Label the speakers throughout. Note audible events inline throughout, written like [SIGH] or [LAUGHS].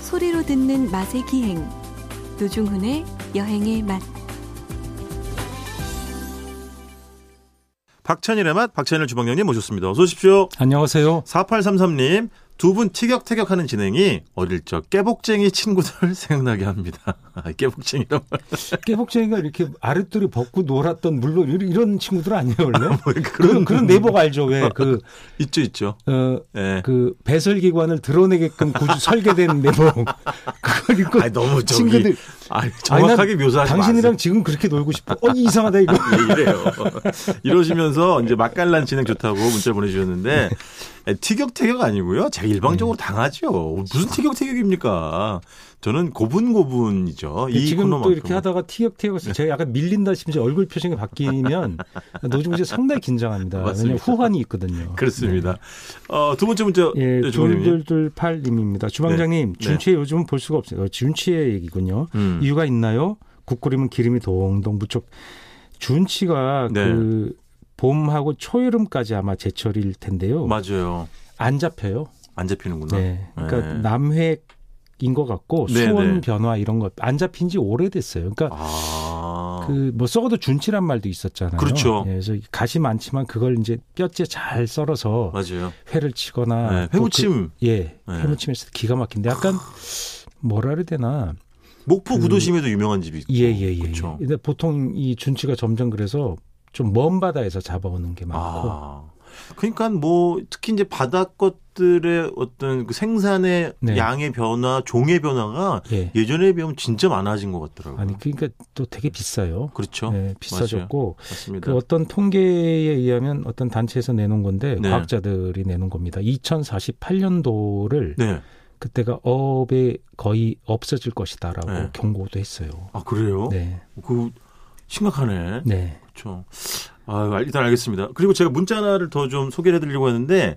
Speaker 1: 소리로 듣는 맛의 기행 노중훈의 여행의 맛
Speaker 2: 박찬일의 맛, 박찬일 주방장님 모셨습니다. 어서 오십시오.
Speaker 3: 안녕하세요.
Speaker 2: 4833님, 두 분 티격태격하는 진행이 어릴 적 깨복쟁이 친구들 [LAUGHS] 생각나게 합니다. [LAUGHS] 깨복쟁이란 말.
Speaker 3: 깨복쟁이가 이렇게 아랫돌이 벗고 놀았던 물론 이런- 이런 친구들 아니에요
Speaker 2: [LAUGHS]
Speaker 3: 원래?
Speaker 2: 뭐
Speaker 3: 그런 그런 내복 알죠 왜그어그 어,
Speaker 2: 있죠, 있죠. 예.
Speaker 3: 그 배설 기관을 드러내게끔 구조 설계된 내복 [LAUGHS] 그걸 입고
Speaker 2: 아니, 너무 저기.
Speaker 3: 친구들
Speaker 2: 아니, 정확하게
Speaker 3: 아니, 난
Speaker 2: 묘사하지
Speaker 3: 당신이랑
Speaker 2: 마세요.
Speaker 3: 지금 그렇게 놀고 싶어. 어 이상하다 이거.
Speaker 2: 예, 이래요. 이러시면서 이제 맛깔난 진행 좋다고 문자 보내주셨는데 에, 티격태격 아니고요. 제가 일방적으로
Speaker 3: 네.
Speaker 2: 당하죠. 무슨 티격태격입니까? 저는 [LAUGHS] 고분고분이죠. 이
Speaker 3: 그 지금 또
Speaker 2: 코너만큼.
Speaker 3: 이렇게 하다가 티격태격해서 제가 약간 밀린다 싶으면 얼굴 표정이 바뀌면 노중훈 씨 상당히 긴장합니다. 왜냐면
Speaker 2: 맞습니다.
Speaker 3: 후환이 있거든요.
Speaker 2: 그렇습니다. 어, 두 번째 문자
Speaker 3: 예,
Speaker 2: 주부님.
Speaker 3: 돌돌돌팔님입니다. 주방장님,
Speaker 2: 네.
Speaker 3: 준치에 요즘은 볼 수가 없어요. 어, 준치의 얘기군요.
Speaker 2: 음.
Speaker 3: 이유가 있나요? 국 끓이면 기름이 동동 무척. 준치가
Speaker 2: 네.
Speaker 3: 그 봄하고 초여름까지 아마 제철일 텐데요.
Speaker 2: 맞아요.
Speaker 3: 안 잡혀요.
Speaker 2: 안 잡히는구나.
Speaker 3: 네. 그러니까
Speaker 2: 아, 네.
Speaker 3: 남획인 것 같고
Speaker 2: 네,
Speaker 3: 수온
Speaker 2: 네.
Speaker 3: 변화 이런 것 안 잡힌 지 오래됐어요. 그러니까
Speaker 2: 아.
Speaker 3: 그 뭐 썩어도 준치란 말도 있었잖아요.
Speaker 2: 그렇죠.
Speaker 3: 예, 그래서 가시 많지만 그걸 이제 뼈째 잘 썰어서
Speaker 2: 맞아요.
Speaker 3: 회를 치거나
Speaker 2: 네,
Speaker 3: 또 그-
Speaker 2: 회무침
Speaker 3: 예,
Speaker 2: 네. 아.
Speaker 3: 해무침에서 기가 막힌데 약간 뭐라 그래야 되나
Speaker 2: 목포
Speaker 3: 그-
Speaker 2: 구도심에도 유명한 집이 있고.
Speaker 3: 예예예. 예,
Speaker 2: 그렇죠.
Speaker 3: 근데 보통 이 준치가 점점 그래서 좀 먼 바다에서 잡아오는 게 많고
Speaker 2: 아. 그러니까 뭐 특히 이제 바다 것들의 어떤 그 생산의
Speaker 3: 네.
Speaker 2: 양의 변화, 종의 변화가
Speaker 3: 예.
Speaker 2: 예전에 비하면 진짜 많아진 것 같더라고요.
Speaker 3: 아니 그러니까 또 되게 비싸요.
Speaker 2: 그렇죠.
Speaker 3: 예, 비싸졌고
Speaker 2: 맞습니다.
Speaker 3: 그 어떤 통계에 의하면 어떤 단체에서 내놓은 건데
Speaker 2: 네.
Speaker 3: 과학자들이 내놓은 겁니다. 2048년도를
Speaker 2: 네.
Speaker 3: 그때가 업에 거의 없어질 것이다라고
Speaker 2: 네.
Speaker 3: 경고도 했어요.
Speaker 2: 아 그래요?
Speaker 3: 네,
Speaker 2: 그 심각하네.
Speaker 3: 네,
Speaker 2: 그렇죠. 아, 알- 일단 알겠습니다. 그리고 제가 문자 하나를 더 좀 소개를 해드리려고 했는데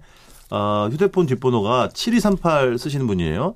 Speaker 2: 아, 휴대폰 뒷번호가 7238 쓰시는 분이에요.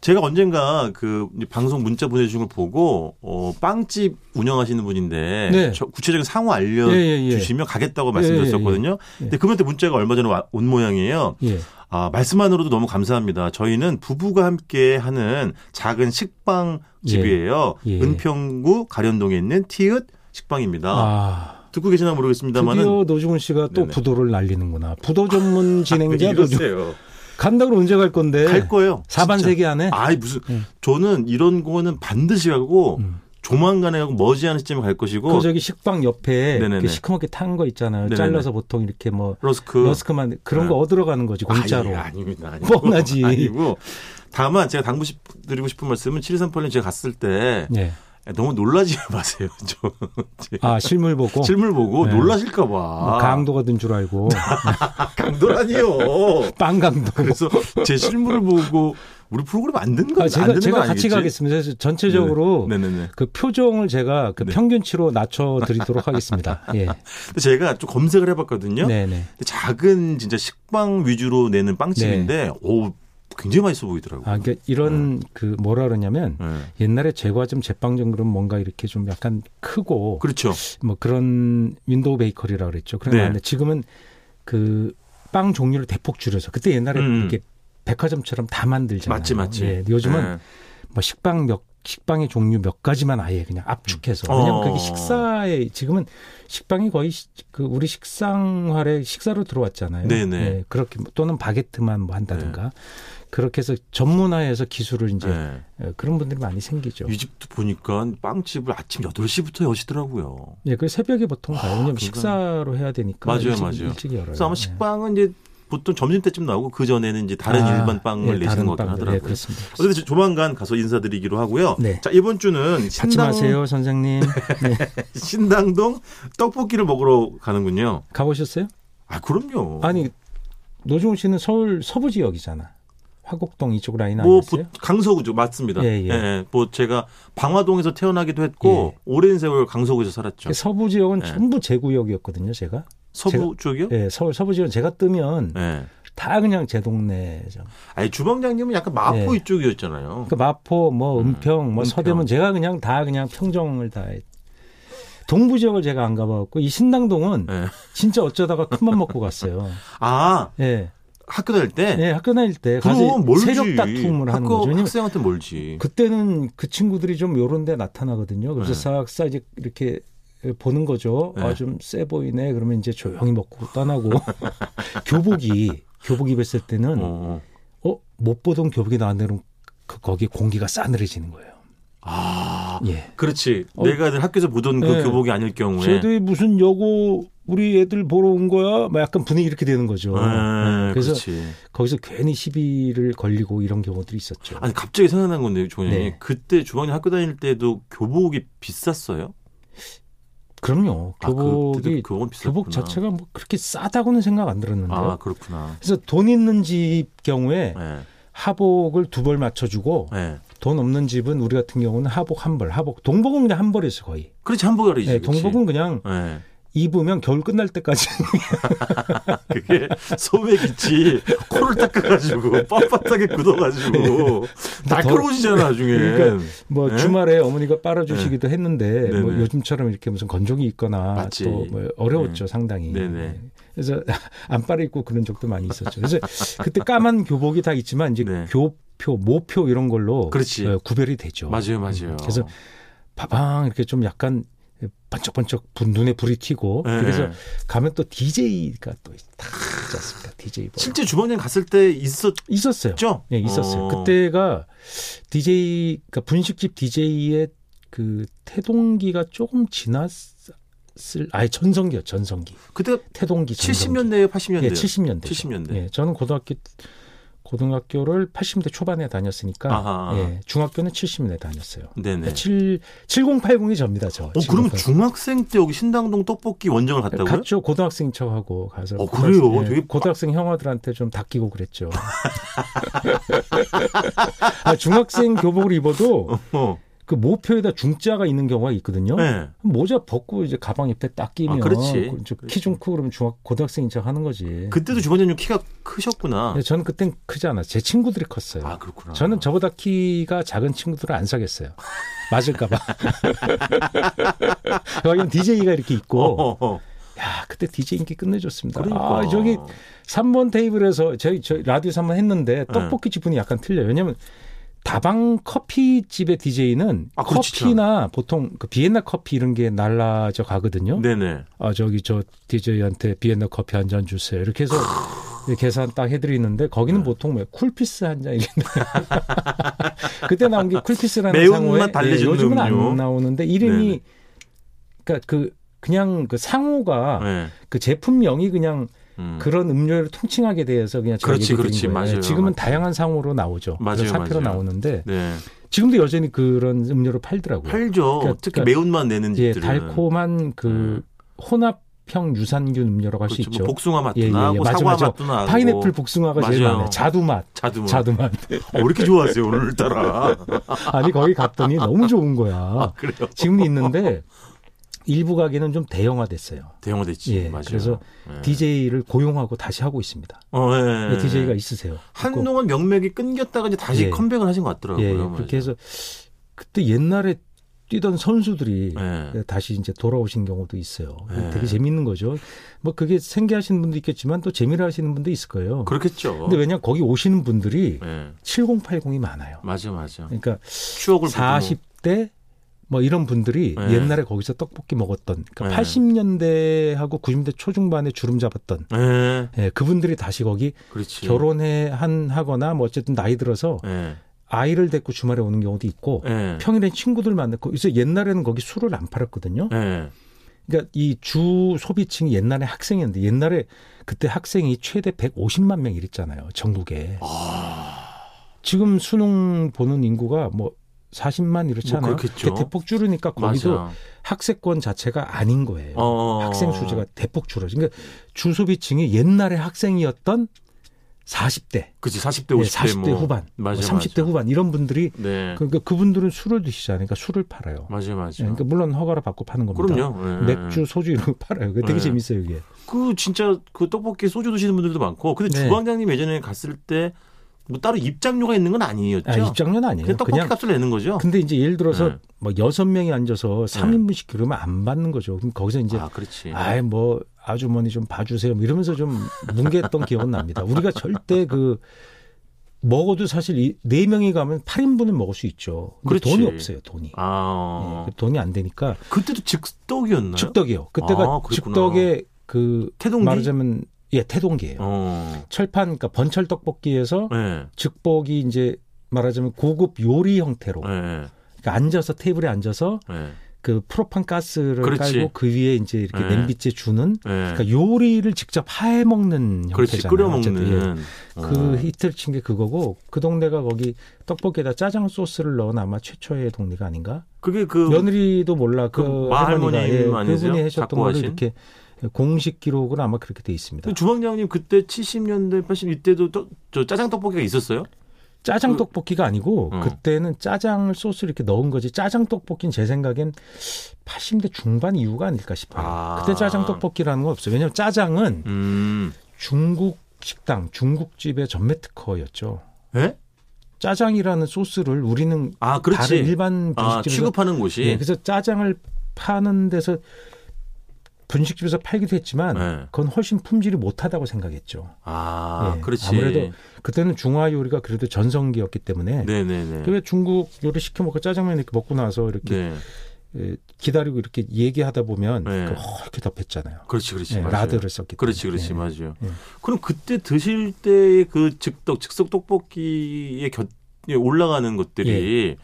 Speaker 2: 제가 언젠가 그 이제 방송 문자 보내주신 걸 보고 어, 빵집 운영하시는 분인데
Speaker 3: 네.
Speaker 2: 저 구체적인 상호 알려
Speaker 3: 예, 예, 예.
Speaker 2: 주시면 가겠다고
Speaker 3: 예, 예, 예.
Speaker 2: 말씀드렸었거든요. 근데 그분한테 문자가 얼마 전에 와- 온 모양이에요.
Speaker 3: 예,
Speaker 2: 아, 말씀만으로도 너무 감사합니다. 저희는 부부가 함께 하는 작은 식빵 집이에요.
Speaker 3: 예, 예.
Speaker 2: 은평구 가련동에 있는 티읕 식빵입니다.
Speaker 3: 아.
Speaker 2: 듣고 계시나 모르겠습니다만은
Speaker 3: 드디어 노중훈 씨가 또
Speaker 2: 네네.
Speaker 3: 부도를 날리는구나.
Speaker 2: [LAUGHS]
Speaker 3: 부도 전문 진행자 노중.
Speaker 2: 이러세요.
Speaker 3: 간다 그러면 언제 갈 건데?
Speaker 2: 갈 거예요.
Speaker 3: 사반 세계 안에.
Speaker 2: 아이 무슨
Speaker 3: 네.
Speaker 2: 저는 이런 거는 반드시 하고
Speaker 3: 음.
Speaker 2: 조만간에 하고 머지않은 시점에 갈
Speaker 3: 그
Speaker 2: 것이고
Speaker 3: 저기 식빵 옆에
Speaker 2: 뭐. 네네네.
Speaker 3: 그 시커멓게 탄 거 있잖아요.
Speaker 2: 네네네.
Speaker 3: 잘라서 보통 이렇게 뭐
Speaker 2: 러스크
Speaker 3: 머스크만 그런 거
Speaker 2: 네.
Speaker 3: 얻으러 가는 거지 공짜로.
Speaker 2: 아니, 아닙니다. 아니고.
Speaker 3: 뻔하지.
Speaker 2: [LAUGHS] 아니고 다만 제가 당부 싶- 드리고 싶은 말씀은 7238년 제가 갔을 때
Speaker 3: 예.
Speaker 2: 너무 놀라지 [LAUGHS] 마세요. 저 제-
Speaker 3: 아 실물 보고
Speaker 2: 실물 아. 보고
Speaker 3: 네.
Speaker 2: 놀라실까
Speaker 3: 뭐
Speaker 2: 봐.
Speaker 3: 강도가 된
Speaker 2: [LAUGHS]
Speaker 3: 줄 알고 [LAUGHS]
Speaker 2: 강도라니요.
Speaker 3: 빵 강도.
Speaker 2: 그래서 제 실물을 보고 우리 프로그램 안 된 건
Speaker 3: 아,
Speaker 2: 안
Speaker 3: 제가
Speaker 2: 되는
Speaker 3: 제가
Speaker 2: 건
Speaker 3: 같이
Speaker 2: 아니겠지?
Speaker 3: 가겠습니다. 그래서 전체적으로
Speaker 2: 네네네. 네.
Speaker 3: 그 표정을 제가 그 평균치로 낮춰 드리도록 하겠습니다. 예.
Speaker 2: 근데 제가 좀 검색을 해봤거든요.
Speaker 3: 네네.
Speaker 2: 근데 작은 진짜 식빵 위주로 내는 빵집인데 오 굉장히 맛있어 보이더라고요.
Speaker 3: 네. 아, 그러니까 이런 그 뭐라 그러냐면
Speaker 2: 예.
Speaker 3: 옛날에 제과점 제빵점 그럼 뭔가 이렇게 좀 약간 크고
Speaker 2: 그렇죠.
Speaker 3: 뭐 그런 윈도우 베이커리라 그랬죠. 그런데
Speaker 2: 네.
Speaker 3: 지금은 그 빵 종류를 대폭 줄여서 그때 옛날에
Speaker 2: 음.
Speaker 3: 이렇게 백화점처럼 다 만들잖아요.
Speaker 2: 맞지 맞지.
Speaker 3: 예, 요즘은
Speaker 2: 예.
Speaker 3: 뭐 식빵 몇 식빵의 종류 몇 가지만 아예 그냥 압축해서
Speaker 2: 음.
Speaker 3: 왜냐면
Speaker 2: 어.
Speaker 3: 그게 식사에 지금은 식빵이 거의 시- 그 우리 식상활에 식사로 들어왔잖아요.
Speaker 2: 네네. 네.
Speaker 3: 예, 그렇게 뭐 또는 바게트만 뭐 한다든가 그렇게 해서 전문화해서 기술을 이제
Speaker 2: 예.
Speaker 3: 예, 그런 분들이 많이 생기죠.
Speaker 2: 이 집도 보니까 빵집을 아침 8시부터 여시더라고요.
Speaker 3: 예, 그 새벽에 보통 가요. 왜냐면
Speaker 2: 아, 그건-
Speaker 3: 식사로 해야 되니까.
Speaker 2: 맞아요,
Speaker 3: 일찍,
Speaker 2: 맞아요.
Speaker 3: 일찍 열어요.
Speaker 2: 그래서 아마
Speaker 3: 예.
Speaker 2: 식빵은 이제 보통 점심 때쯤 나오고 그 전에는 이제 다른
Speaker 3: 아,
Speaker 2: 일반 빵을
Speaker 3: 예,
Speaker 2: 내시는
Speaker 3: 다른
Speaker 2: 것 같긴
Speaker 3: 빵들. 예,
Speaker 2: 하더라고요.
Speaker 3: 그렇습니다.
Speaker 2: 어쨌든 저- 조만간 가서 인사드리기로 하고요.
Speaker 3: 네.
Speaker 2: 자 이번 주는
Speaker 3: 받지
Speaker 2: 신당,
Speaker 3: 마세요, 선생님. [LAUGHS] 네.
Speaker 2: [LAUGHS] 신당동 떡볶이를 먹으러 가는군요.
Speaker 3: 가보셨어요?
Speaker 2: 아 그럼요.
Speaker 3: 아니, 노종훈 씨는 서울 서부 지역이잖아. 화곡동 이쪽 라인
Speaker 2: 뭐
Speaker 3: 아니었어요?
Speaker 2: 보- 강서구죠 맞습니다.
Speaker 3: 예, 예.
Speaker 2: 뭐 제가 방화동에서 태어나기도 했고
Speaker 3: 예.
Speaker 2: 오랜 세월 강서구에서 살았죠.
Speaker 3: 그 서부 지역은
Speaker 2: 예.
Speaker 3: 전부 제 구역이었거든요, 제가.
Speaker 2: 서부 쪽이요? 예.
Speaker 3: 예, 서울 서부 지역은 제가
Speaker 2: 네.
Speaker 3: 뜨면 다 그냥 제 동네죠.
Speaker 2: 아니 주방장님은 약간 마포
Speaker 3: 예.
Speaker 2: 이쪽이었잖아요.
Speaker 3: 그 마포, 뭐
Speaker 2: 음,
Speaker 3: 은평,
Speaker 2: 은평.
Speaker 3: 뭐 서대문 제가 그냥 다 그냥 평정을 다 했. 동부 지역을 제가 안 가봐갖고 이 신당동은
Speaker 2: 예. [LAUGHS]
Speaker 3: 진짜 어쩌다가 큰맘 먹고 갔어요.
Speaker 2: 아
Speaker 3: 예.
Speaker 2: 학교 다닐 때
Speaker 3: 예, 학교 다닐 때 같이
Speaker 2: 그럼 몰지.
Speaker 3: 세력 다툼을 하는
Speaker 2: 학교
Speaker 3: 거죠. 왜냐면
Speaker 2: 학생한테 몰지.
Speaker 3: 그때는 그 친구들이 좀 요런 데 나타나거든요. 그래서
Speaker 2: 네.
Speaker 3: 싹싹 이제 이렇게 보는 거죠.
Speaker 2: 네.
Speaker 3: 아, 좀 세 보이네. 그러면 이제 조용히 먹고
Speaker 2: [LAUGHS]
Speaker 3: 떠나고. 교복이, 교복 입었을 때는, 어,
Speaker 2: 어.
Speaker 3: 못 보던 교복이 나왔는데 그럼 그, 거기 공기가 싸늘해지는 거예요.
Speaker 2: 아,
Speaker 3: 예.
Speaker 2: 그렇지.
Speaker 3: 어.
Speaker 2: 내가 늘 학교에서 보던 그
Speaker 3: 네.
Speaker 2: 교복이 아닐 경우에.
Speaker 3: 쟤들이 무슨 여고 우리 애들 보러 온 거야? 막 약간 분위기 이렇게 되는 거죠.
Speaker 2: 네,
Speaker 3: 예, 그래서
Speaker 2: 그렇지.
Speaker 3: 거기서 괜히 시비를 걸리고 이런 경우들이 있었죠.
Speaker 2: 아니 갑자기 생각난 건데 조원이
Speaker 3: 네.
Speaker 2: 그때 주방님 학교 다닐 때도 교복이 비쌌어요?
Speaker 3: 그럼요.
Speaker 2: 아, 그때도
Speaker 3: 교복이
Speaker 2: 교복은 비쌌구나.
Speaker 3: 교복 자체가 뭐 그렇게 싸다고는 생각 안 들었는데요.
Speaker 2: 아 그렇구나.
Speaker 3: 그래서 돈 있는 집 경우에
Speaker 2: 네.
Speaker 3: 하복을 두 벌 맞춰주고
Speaker 2: 네.
Speaker 3: 돈 없는 집은 우리 같은 경우는 하복 한 벌, 하복 동복은 그냥 한 벌이었어 거의.
Speaker 2: 그렇지 한복이지.
Speaker 3: 네, 동복은 그냥
Speaker 2: 네.
Speaker 3: 입으면 겨울 끝날 때까지
Speaker 2: 그게 [LAUGHS] 소맥이지 코를
Speaker 3: [LAUGHS]
Speaker 2: 닦아가지고
Speaker 3: 네.
Speaker 2: 빳빳하게 굳어가지고 날카로워지잖아 나중에.
Speaker 3: 그러니까 뭐
Speaker 2: 네?
Speaker 3: 주말에 어머니가 빨아주시기도 했는데 뭐
Speaker 2: 네네.
Speaker 3: 요즘처럼 이렇게 무슨 건조기 있거나
Speaker 2: 맞지.
Speaker 3: 또 뭐 어려웠죠 상당히.
Speaker 2: 네네.
Speaker 3: 그래서 [LAUGHS] 안 빨아입고 그런 적도 많이 있었죠. 그래서 그때 까만 교복이 다 있지만 이제
Speaker 2: 네.
Speaker 3: 교표, 모표 이런 걸로
Speaker 2: 그렇지.
Speaker 3: 어, 구별이 되죠.
Speaker 2: 맞아요, 맞아요.
Speaker 3: 그래서 바방 이렇게 좀 약간 번쩍번쩍 불- 눈에 불이 튀고
Speaker 2: 네.
Speaker 3: 그래서 가면 또 DJ가 또다 있지 않습니까? DJ 뭐
Speaker 2: 실제 주방장 갔을 때 있었죠?
Speaker 3: 있었어요. 예, 있었어요.
Speaker 2: 어.
Speaker 3: 그때가 DJ 그러니까 분식집 DJ의 그 태동기가 조금 지났을 아예 전성기요, 전성기.
Speaker 2: 그때
Speaker 3: 태동기 전성기.
Speaker 2: 70년대, 80년대.
Speaker 3: 예, 70년대.
Speaker 2: 70년대.
Speaker 3: 예, 저는 고등학교 고등학교를 80대 초반에 다녔으니까
Speaker 2: 아하.
Speaker 3: 예, 중학교는 70년대 다녔어요.
Speaker 2: 네네.
Speaker 3: 7 7080이 접니다, 저.
Speaker 2: 어, 그러면
Speaker 3: 7080.
Speaker 2: 중학생 때 여기 신당동 떡볶이 원정을 갔다고요?
Speaker 3: 갔죠. 고등학생 척하고 가서.
Speaker 2: 어,
Speaker 3: 고등학생- 예,
Speaker 2: 그래요? 되게
Speaker 3: 고등학생 형아들한테 좀 닦이고 그랬죠. [LAUGHS] 아, 중학생 교복을 입어도
Speaker 2: 어.
Speaker 3: 그 모표에다 중자가 있는 경우가 있거든요.
Speaker 2: 네.
Speaker 3: 모자 벗고 이제 가방 옆에 딱 끼면
Speaker 2: 아, 그렇지. 그렇지.
Speaker 3: 키좀 크고 그러면 중학 고등학생인 척 하는 거지.
Speaker 2: 그때도 주방장님 키가 크셨구나.
Speaker 3: 근데 저는 그땐 크지 않았어요. 제 친구들이 컸어요.
Speaker 2: 아 그렇구나.
Speaker 3: 저는 저보다 키가 작은 친구들을 안 사겠어요. 맞을까봐. [LAUGHS] 왜냐면 DJ가 이렇게 있고,
Speaker 2: 어, 어.
Speaker 3: 야, 그때 DJ 인기 끝내줬습니다.
Speaker 2: 그러니까
Speaker 3: 아, 저기 3번 테이블에서 저희, 저희 라디오에서 한번
Speaker 2: 네.
Speaker 3: 했는데 떡볶이집 분이 약간 틀려요. 왜냐면 다방 커피집의 DJ는
Speaker 2: 아, 그렇지,
Speaker 3: 커피나 보통 그 비엔나 커피 이런 게 날라져 가거든요.
Speaker 2: 네네.
Speaker 3: 아, 저기 저 DJ한테 비엔나 커피 한 잔 주세요. 이렇게 해서 이제 계산 딱 해드리는데 거기는
Speaker 2: 네.
Speaker 3: 보통 뭐 쿨피스 한 잔 이게 [LAUGHS] 그때 나온 게 쿨피스라는
Speaker 2: 매운맛
Speaker 3: 상호에 네,
Speaker 2: 달래주는
Speaker 3: 요즘은
Speaker 2: 음료.
Speaker 3: 안 나오는데 이름이
Speaker 2: 네네.
Speaker 3: 그러니까 그 그냥 그 상호가
Speaker 2: 네.
Speaker 3: 그 제품명이 그냥
Speaker 2: 음.
Speaker 3: 그런 음료를 통칭하게 돼서 그냥 제가
Speaker 2: 그렇지,
Speaker 3: 얘기 드린
Speaker 2: 그렇지.
Speaker 3: 거예요.
Speaker 2: 맞아요.
Speaker 3: 지금은
Speaker 2: 맞아요.
Speaker 3: 다양한 상호로 나오죠. 그런
Speaker 2: 맞아요,
Speaker 3: 사표로
Speaker 2: 맞아요.
Speaker 3: 나오는데
Speaker 2: 네.
Speaker 3: 지금도 여전히 그런 음료를 팔더라고요.
Speaker 2: 팔죠.
Speaker 3: 그러니까-
Speaker 2: 특히
Speaker 3: 그러니까-
Speaker 2: 매운맛 내는
Speaker 3: 예,
Speaker 2: 집들은. 음.
Speaker 3: 달콤한 그 혼합형 유산균 음료라고 할 수
Speaker 2: 그렇죠.
Speaker 3: 있죠.
Speaker 2: 뭐 복숭아 맛도
Speaker 3: 예, 예, 예.
Speaker 2: 나고
Speaker 3: 맞아,
Speaker 2: 사과
Speaker 3: 맞아.
Speaker 2: 맛도 나고
Speaker 3: 파인애플 복숭아가 제일
Speaker 2: 맞아요.
Speaker 3: 많아요. 자두 맛.
Speaker 2: 자두.
Speaker 3: 자두 맛.
Speaker 2: 어, 왜 이렇게 좋아하세요
Speaker 3: [LAUGHS]
Speaker 2: 오늘따라?
Speaker 3: 아니 거기 갔더니 너무 좋은
Speaker 2: 아
Speaker 3: 거야.
Speaker 2: 그래요.
Speaker 3: 지금 있는데 일부 가게는 좀 대형화됐어요.
Speaker 2: 대형화됐지.
Speaker 3: 예,
Speaker 2: 맞아요.
Speaker 3: 그래서
Speaker 2: 예.
Speaker 3: DJ를 고용하고 다시 하고 있습니다.
Speaker 2: 어, 예, 예.
Speaker 3: DJ가 있으세요. 그거-
Speaker 2: 한동안 명맥이 끊겼다가 이제 다시
Speaker 3: 예.
Speaker 2: 컴백을 하신 것 같더라고요. 뭐
Speaker 3: 예,
Speaker 2: 맞아요.
Speaker 3: 그렇게 해서 그때 옛날에 뛰던 선수들이
Speaker 2: 예.
Speaker 3: 다시 이제 돌아오신 경우도 있어요.
Speaker 2: 예.
Speaker 3: 되게 재밌는 거죠. 뭐 그게 생계하시는 분도 있겠지만 또 재미를 하시는 분도 있을 거예요.
Speaker 2: 그렇겠죠.
Speaker 3: 근데 왜냐 면 거기 오시는 분들이
Speaker 2: 예.
Speaker 3: 7080이 많아요.
Speaker 2: 맞아 맞아.
Speaker 3: 그러니까
Speaker 2: 추억을
Speaker 3: 40대 뭐 이런 분들이
Speaker 2: 예.
Speaker 3: 옛날에 거기서 떡볶이 먹었던 그러니까
Speaker 2: 예.
Speaker 3: 80년대하고 90년대 초중반에 주름 잡았던
Speaker 2: 보통- 예.
Speaker 3: 예, 그분들이 다시 거기
Speaker 2: 그렇지.
Speaker 3: 결혼해 한 하거나 뭐 어쨌든 나이 들어서
Speaker 2: 예.
Speaker 3: 아이를 데리고 주말에 오는 경우도 있고
Speaker 2: 예.
Speaker 3: 평일엔 친구들 만났고 그래서 옛날에는 거기 술을 안 팔았거든요.
Speaker 2: 예.
Speaker 3: 그러니까 이 주 소비층이 옛날에 학생이었는데 옛날에 그때 학생이 최대 150만 명 이랬잖아요. 전국에.
Speaker 2: 아.
Speaker 3: 지금 수능 보는 인구가 뭐 40만 이렇잖아요.
Speaker 2: 뭐 그렇겠죠.
Speaker 3: 근데 대폭 줄으니까 거기도
Speaker 2: 맞아.
Speaker 3: 학세권 자체가 아닌 거예요.
Speaker 2: 어.
Speaker 3: 학생 수지가 대폭 줄어진. 그러니까 주 소비층이 옛날에 학생이었던 40대,
Speaker 2: 그치 40대
Speaker 3: 네,
Speaker 2: 50대
Speaker 3: 40대
Speaker 2: 뭐.
Speaker 3: 후반,
Speaker 2: 맞아,
Speaker 3: 30대
Speaker 2: 맞아.
Speaker 3: 후반 이런 분들이
Speaker 2: 네.
Speaker 3: 그러니까 그분들은 술을 드시잖아요. 그러니까 술을 팔아요.
Speaker 2: 맞아요, 맞아요.
Speaker 3: 예, 그러니까 물론 허가를 받고 파는 겁니다.
Speaker 2: 그럼요. 예,
Speaker 3: 맥주, 소주 이런 거 팔아요. 그게 되게
Speaker 2: 네.
Speaker 3: 재밌어요, 이게.
Speaker 2: 그 진짜 그 떡볶이 소주 드시는 분들도 많고. 근데
Speaker 3: 네.
Speaker 2: 주방장님 예전에 갔을 때 뭐 따로 입장료가 있는 건 아니었죠.
Speaker 3: 아, 입장료는 아니에요.
Speaker 2: 그냥 떡볶이
Speaker 3: 그냥
Speaker 2: 값을 내는 거죠.
Speaker 3: 근데 이제 예를 들어서
Speaker 2: 네.
Speaker 3: 뭐 여섯 명이 앉아서 3인분씩 그러면 안 받는 거죠. 그럼 거기서 이제
Speaker 2: 음. 아, 그렇지.
Speaker 3: 아예 뭐 아주머니 좀 봐주세요. 뭐 이러면서 좀 뭉개했던 기억은 납니다. 우리가 절대 그 먹어도 사실 이- 네 명이 가면 8인분은 먹을 수 있죠. 근데
Speaker 2: 그렇지.
Speaker 3: 돈이 없어요, 돈이.
Speaker 2: 아
Speaker 3: 예, 그 돈이 안 되니까
Speaker 2: 그때도 즉떡이었나요?
Speaker 3: 즉덕이요. 그때가
Speaker 2: 아, 그랬구나.
Speaker 3: 즉덕의 그
Speaker 2: 태동기?
Speaker 3: 말하자면 예 태동기예요.
Speaker 2: 어.
Speaker 3: 철판 그러니까 번철 떡볶이에서
Speaker 2: 예.
Speaker 3: 즉복이 이제 말하자면 고급 요리 형태로
Speaker 2: 예.
Speaker 3: 그러니까 앉아서 테이블에 앉아서
Speaker 2: 예.
Speaker 3: 그 프로판 가스를
Speaker 2: 그렇지.
Speaker 3: 깔고 그 위에 이제 이렇게
Speaker 2: 예.
Speaker 3: 냄비째 주는
Speaker 2: 예.
Speaker 3: 그러니까 요리를 직접 해 먹는
Speaker 2: 그렇지
Speaker 3: 형태잖아요.
Speaker 2: 끓여
Speaker 3: 어쨌든, 예.
Speaker 2: 먹는 네.
Speaker 3: 그 히트를 친 게 그거고 그 동네가 거기 떡볶이에다 짜장 소스를 넣은 아마 최초의 동네가 아닌가?
Speaker 2: 그게 그
Speaker 3: 며느리도 몰라 그,
Speaker 2: 그 마할머님
Speaker 3: 할머니가, 예,
Speaker 2: 아니세요?
Speaker 3: 그분이 하셨던
Speaker 2: 작고
Speaker 3: 거를
Speaker 2: 하신?
Speaker 3: 이렇게 공식 기록은 아마 그렇게 돼 있습니다.
Speaker 2: 근데 주방장님 그때 70년대 80 이때도 또, 저 짜장 떡볶이가 있었어요?
Speaker 3: 짜장
Speaker 2: 그-
Speaker 3: 떡볶이가 아니고
Speaker 2: 어.
Speaker 3: 그때는 짜장을 소스 이렇게 넣은 거지 짜장 떡볶이는 제 생각엔 80대 중반 이후가 아닐까 싶어요.
Speaker 2: 아.
Speaker 3: 그때 짜장 떡볶이라는 건 없어요. 왜냐하면 짜장은
Speaker 2: 음.
Speaker 3: 중국 식당, 중국집의 전매 특허였죠.
Speaker 2: 예?
Speaker 3: 짜장이라는 소스를 우리는
Speaker 2: 아 그렇지.
Speaker 3: 다른 일반
Speaker 2: 아
Speaker 3: 분식집에서
Speaker 2: 취급하는 곳이.
Speaker 3: 예, 그래서 짜장을 파는 데서 분식집에서 팔기도 했지만
Speaker 2: 네.
Speaker 3: 그건 훨씬 품질이 못하다고 생각했죠.
Speaker 2: 아
Speaker 3: 예,
Speaker 2: 그렇지.
Speaker 3: 아무래도 그때는 중화 요리가 그래도 전성기였기 때문에
Speaker 2: 네네네.
Speaker 3: 왜 중국 요리 시켜 먹고 짜장면 이렇게 먹고 나서 이렇게
Speaker 2: 네.
Speaker 3: 에, 기다리고 이렇게 얘기하다 보면
Speaker 2: 네.
Speaker 3: 그 허옇게 덮였잖아요.
Speaker 2: 그렇지 그렇지.
Speaker 3: 예,
Speaker 2: 맞아요.
Speaker 3: 라드를 썼기 때문에.
Speaker 2: 그렇지 그렇지
Speaker 3: 예.
Speaker 2: 맞아요.
Speaker 3: 예.
Speaker 2: 그럼 그때 드실 때의 그 즉떡 즉석 떡볶이의 곁에 예, 올라가는 것들이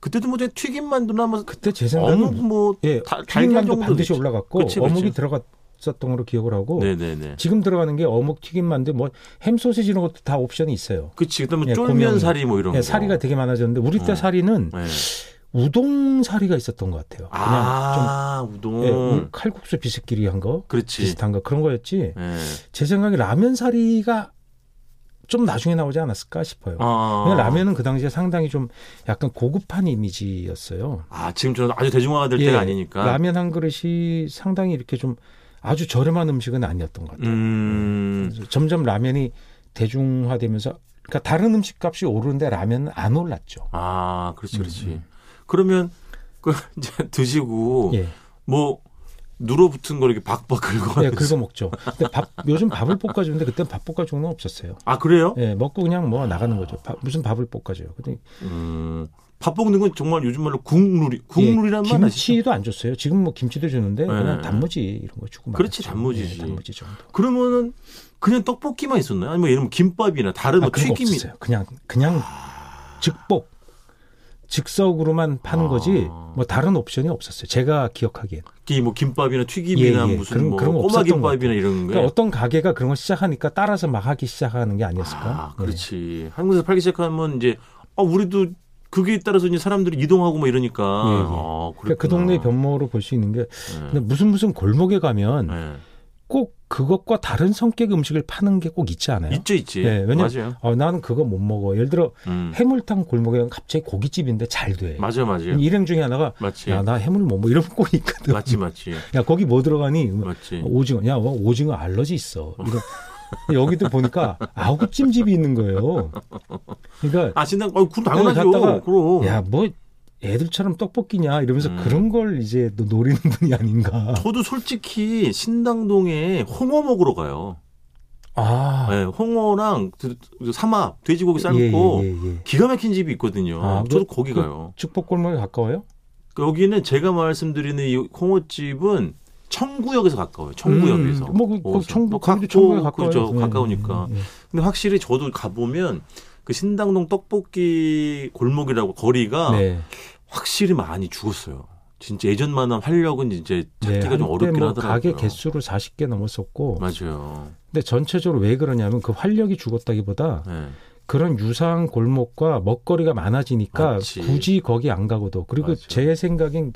Speaker 2: 그때도 뭐 그냥 튀김 만두나 뭐
Speaker 3: 예. 그때 제
Speaker 2: 어묵
Speaker 3: 생각은
Speaker 2: 뭐
Speaker 3: 예,
Speaker 2: 다- 달걀
Speaker 3: 튀김만도
Speaker 2: 정도
Speaker 3: 반드시
Speaker 2: 있죠.
Speaker 3: 올라갔고
Speaker 2: 그치, 그치.
Speaker 3: 어묵이 들어갔었던 걸로 기억을 하고
Speaker 2: 네네네.
Speaker 3: 지금 들어가는 게 어묵 튀김만두 뭐 햄 소시지 이런 것도 다 옵션이 있어요.
Speaker 2: 그치 그다음에
Speaker 3: 예,
Speaker 2: 쫄면
Speaker 3: 고명.
Speaker 2: 사리 뭐 이런
Speaker 3: 예,
Speaker 2: 거.
Speaker 3: 사리가 되게 많아졌는데 우리 때
Speaker 2: 어.
Speaker 3: 사리는
Speaker 2: 예.
Speaker 3: 우동 사리가 있었던 것 같아요. 그냥
Speaker 2: 아 우동.
Speaker 3: 좀 예, 우- 칼국수 비스끼리 한 거
Speaker 2: 그렇지.
Speaker 3: 비슷한 거 그런 거였지.
Speaker 2: 예.
Speaker 3: 제 생각에 라면 사리가 좀 나중에 나오지 않았을까 싶어요.
Speaker 2: 아.
Speaker 3: 그냥 라면은 그 당시에 상당히 좀 약간 고급한 이미지였어요.
Speaker 2: 아 지금처럼 아주 대중화가 될
Speaker 3: 예,
Speaker 2: 때가 아니니까.
Speaker 3: 라면 한 그릇이 상당히 이렇게 좀 아주 저렴한 음식은 아니었던 것 같아요.
Speaker 2: 음.
Speaker 3: 그래서 점점 라면이 대중화되면서 그러니까 다른 음식 값이 오르는데 라면은 안 올랐죠.
Speaker 2: 아 그렇지 그렇지. 그러면 그 [LAUGHS] 이제 드시고
Speaker 3: 음. 예,
Speaker 2: 뭐 눌어붙은 걸 이렇게 박박 긁어.
Speaker 3: 예 긁어 먹죠. 근데 밥 요즘 밥을 볶아주는데 그때 밥 볶아주는 건 없었어요.
Speaker 2: 아 그래요?
Speaker 3: 예, 먹고 그냥 뭐 나가는 거죠. 밥- 무슨 밥을 볶아줘요. 근데
Speaker 2: 음. 밥 볶는 건 정말 요즘 말로 국룰이
Speaker 3: 예,
Speaker 2: 국룰이란 말 아시죠?
Speaker 3: 김치도 안 줬어요. 지금 뭐 김치도 주는데
Speaker 2: 예.
Speaker 3: 그냥 단무지 이런 거 주고
Speaker 2: 그렇지,
Speaker 3: 말았죠.
Speaker 2: 단무지지.
Speaker 3: 예, 단무지 정도.
Speaker 2: 그러면은 그냥 떡볶이만 있었나요? 아니면 예를 들면 김밥이나 다른
Speaker 3: 아,
Speaker 2: 뭐
Speaker 3: 그런 거
Speaker 2: 튀김이
Speaker 3: 없었어요. 그냥 그냥 즉복 즉석으로만 파는
Speaker 2: 아.
Speaker 3: 거지 뭐 다른 옵션이 없었어요. 제가 기억하기엔.
Speaker 2: 이뭐 김밥이나 튀김이나
Speaker 3: 예, 예.
Speaker 2: 무슨
Speaker 3: 그런-
Speaker 2: 뭐
Speaker 3: 그런 거
Speaker 2: 꼬마
Speaker 3: 없었던 것
Speaker 2: 김밥이나 이런
Speaker 3: 그러니까
Speaker 2: 거.
Speaker 3: 어떤 가게가 그런 걸 시작하니까 따라서 막 하기 시작하는 게 아니었을까? 네.
Speaker 2: 아, 그렇지. 한국에서 팔기 시작하면 이제 아 우리도 그게 따라서 이제 사람들이 이동하고 뭐 이러니까.
Speaker 3: 예, 예.
Speaker 2: 아,
Speaker 3: 러니까그 동네 의 변모로 볼 수 있는 게
Speaker 2: 예.
Speaker 3: 근데 무슨 무슨 골목에 가면
Speaker 2: 네.
Speaker 3: 꼭 그것과 다른 성격 음식을 파는 게 꼭 있지 않아요?
Speaker 2: 있죠, 있지.
Speaker 3: 예, 왜냐면-
Speaker 2: 맞아요.
Speaker 3: 어, 나는 그거 못 먹어. 예를 들어
Speaker 2: 음.
Speaker 3: 해물탕 골목에 가면 갑자기 고깃집인데 잘 돼.
Speaker 2: 맞아요, 맞아요.
Speaker 3: 일행 중에 하나가
Speaker 2: 맞지.
Speaker 3: 야 나 해물 못 먹어 이런 꼴이 있거든.
Speaker 2: 예. 맞지, 맞지.
Speaker 3: 야 거기 뭐 들어가니?
Speaker 2: 맞지.
Speaker 3: 오징어, 야, 뭐 오징어 알러지 있어. 이런. 여기도 보니까 아구찜집이 있는 거예요. 그러니까,
Speaker 2: 아, 신당, 어, 그 당연하죠.
Speaker 3: 네, 갔다가-
Speaker 2: 그럼.
Speaker 3: 야, 뭐, 애들처럼 떡볶이냐, 이러면서
Speaker 2: 음.
Speaker 3: 그런 걸 이제 또 노리는 분이 아닌가.
Speaker 2: 저도 솔직히 신당동에 홍어 먹으러 가요.
Speaker 3: 아,
Speaker 2: 네, 홍어랑 그- 그 삼합, 돼지고기 삶고
Speaker 3: 예, 예, 예.
Speaker 2: 기가 막힌 집이 있거든요.
Speaker 3: 아,
Speaker 2: 저도
Speaker 3: 그-
Speaker 2: 거기
Speaker 3: 그-
Speaker 2: 가요.
Speaker 3: 축복골목에 가까워요?
Speaker 2: 여기는 제가 말씀드리는 이 홍어집은 청구역에서 가까워요. 청구역에서.
Speaker 3: 음, 뭐, 그, 그
Speaker 2: 거기서.
Speaker 3: 청부,
Speaker 2: 뭐
Speaker 3: 거기도
Speaker 2: 각도
Speaker 3: 청부에 가까워요.
Speaker 2: 그죠.
Speaker 3: 예,
Speaker 2: 가까우니까.
Speaker 3: 예, 예.
Speaker 2: 근데 확실히 저도 가보면 그 신당동 떡볶이 골목이라고 거리가
Speaker 3: 네.
Speaker 2: 확실히 많이 죽었어요. 진짜 예전만 한 활력은 이제
Speaker 3: 네,
Speaker 2: 찾기가 좀
Speaker 3: 한때
Speaker 2: 어렵긴
Speaker 3: 뭐
Speaker 2: 하더라고요.
Speaker 3: 가게 개수로 40개 넘었었고,
Speaker 2: 맞아요.
Speaker 3: 근데 전체적으로 왜 그러냐면 그 활력이 죽었다기보다
Speaker 2: 네.
Speaker 3: 그런 유사한 골목과 먹거리가 많아지니까
Speaker 2: 맞지.
Speaker 3: 굳이 거기 안 가고도 그리고
Speaker 2: 맞아.
Speaker 3: 제 생각엔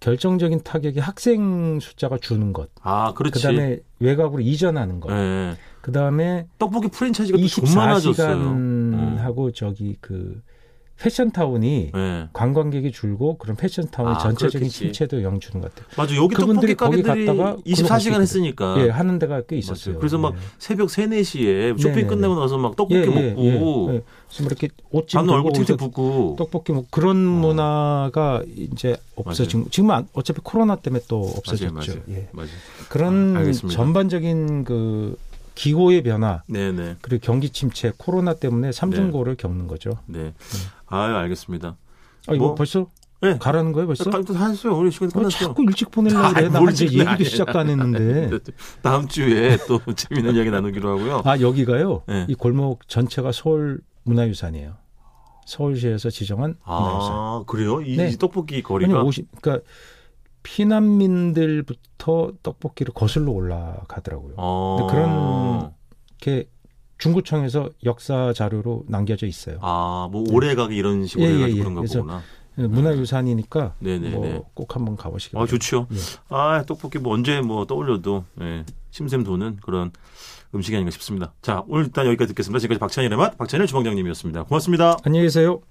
Speaker 3: 결정적인 타격이 학생 숫자가 주는 것,
Speaker 2: 아, 그렇지.
Speaker 3: 그다음에 외곽으로 이전하는 것,
Speaker 2: 예.
Speaker 3: 그다음에
Speaker 2: 떡볶이 프랜차이즈가 또 좀 많아졌어요.
Speaker 3: 24시간하고 저기 그 패션타운이
Speaker 2: 예.
Speaker 3: 관광객이 줄고 그런 패션타운이
Speaker 4: 아,
Speaker 3: 전체적인
Speaker 4: 그렇겠지.
Speaker 3: 침체도 영주는 것 같아요.
Speaker 2: 맞아. 여기 떡볶이
Speaker 3: 그분들이 거기
Speaker 2: 가게들이
Speaker 3: 갔다가
Speaker 2: 24시간
Speaker 3: 걸어갈 수
Speaker 2: 했으니까.
Speaker 3: 예, 하는 데가 꽤
Speaker 2: 아.
Speaker 3: 있었어요.
Speaker 2: 맞아요. 그래서 막
Speaker 3: 예.
Speaker 2: 새벽 3, 4시에 쇼핑
Speaker 3: 네네네.
Speaker 2: 끝내고 나서 막 떡볶이 먹고
Speaker 3: 예, 예. 지금 이렇게 옷집
Speaker 2: 밤 얼굴 팅팅
Speaker 3: 들고 오면서
Speaker 2: 붓고
Speaker 3: 떡볶이 뭐
Speaker 2: 어.
Speaker 3: 그런 문화가 이제 없어진 지금 은 어차피 코로나 때문에 또 없어졌죠.
Speaker 2: 맞아요.
Speaker 3: 예.
Speaker 2: 맞아요.
Speaker 3: 그런
Speaker 2: 아, 알겠습니다.
Speaker 3: 전반적인 그 기호의 변화
Speaker 2: 네네.
Speaker 3: 그리고 경기 침체 코로나 때문에 삼중고를 겪는 거죠.
Speaker 2: 네. 아유 알겠습니다.
Speaker 3: 아 이거
Speaker 2: 뭐?
Speaker 3: 벌써
Speaker 2: 네.
Speaker 3: 가라는 거예요 벌써?
Speaker 2: 다 했어요. 우리 시간
Speaker 3: 왜
Speaker 2: 끝났어요.
Speaker 3: 자꾸 일찍 보내려고
Speaker 2: [LAUGHS] 아이,
Speaker 3: 그래. 나
Speaker 2: 뭘
Speaker 3: 이제
Speaker 2: 지금
Speaker 3: 얘기도
Speaker 2: 아니야.
Speaker 3: 시작도 안 했는데.
Speaker 2: 네. 다음 주에
Speaker 3: [LAUGHS]
Speaker 2: 또 재미있는 이야기 나누기로 하고요.
Speaker 3: 아 여기가요.
Speaker 2: 네.
Speaker 3: 이 골목 전체가 서울 문화유산이에요. 서울시에서 지정한 문화유산.
Speaker 2: 아 그래요? 이,
Speaker 3: 네.
Speaker 2: 이 떡볶이
Speaker 3: 아니
Speaker 2: 거리가
Speaker 3: 50 그러니까 피난민들부터 떡볶이를 거슬러 올라가더라고요.
Speaker 2: 어...
Speaker 3: 근데 네, 그런- 이렇게 중구청에서 역사 자료로 남겨져 있어요.
Speaker 2: 아뭐 오래 가기 이런 식으로
Speaker 3: 예, 예,
Speaker 2: 해가지고
Speaker 3: 예.
Speaker 2: 그런가
Speaker 3: 그래서-
Speaker 2: 보구나.
Speaker 3: 문화유산이니까
Speaker 2: 네네네.
Speaker 3: 뭐 꼭 한번 가보시길.
Speaker 2: 아 좋죠.
Speaker 3: 예.
Speaker 2: 아 떡볶이 뭐 언제 뭐 떠올려도 예, 심샘 도는 그런 음식이 아닌가 싶습니다. 자 오늘 일단 여기까지 듣겠습니다. 지금까지 박찬일의 맛 박찬일 주방장님이었습니다. 고맙습니다.
Speaker 3: 안녕히 계세요.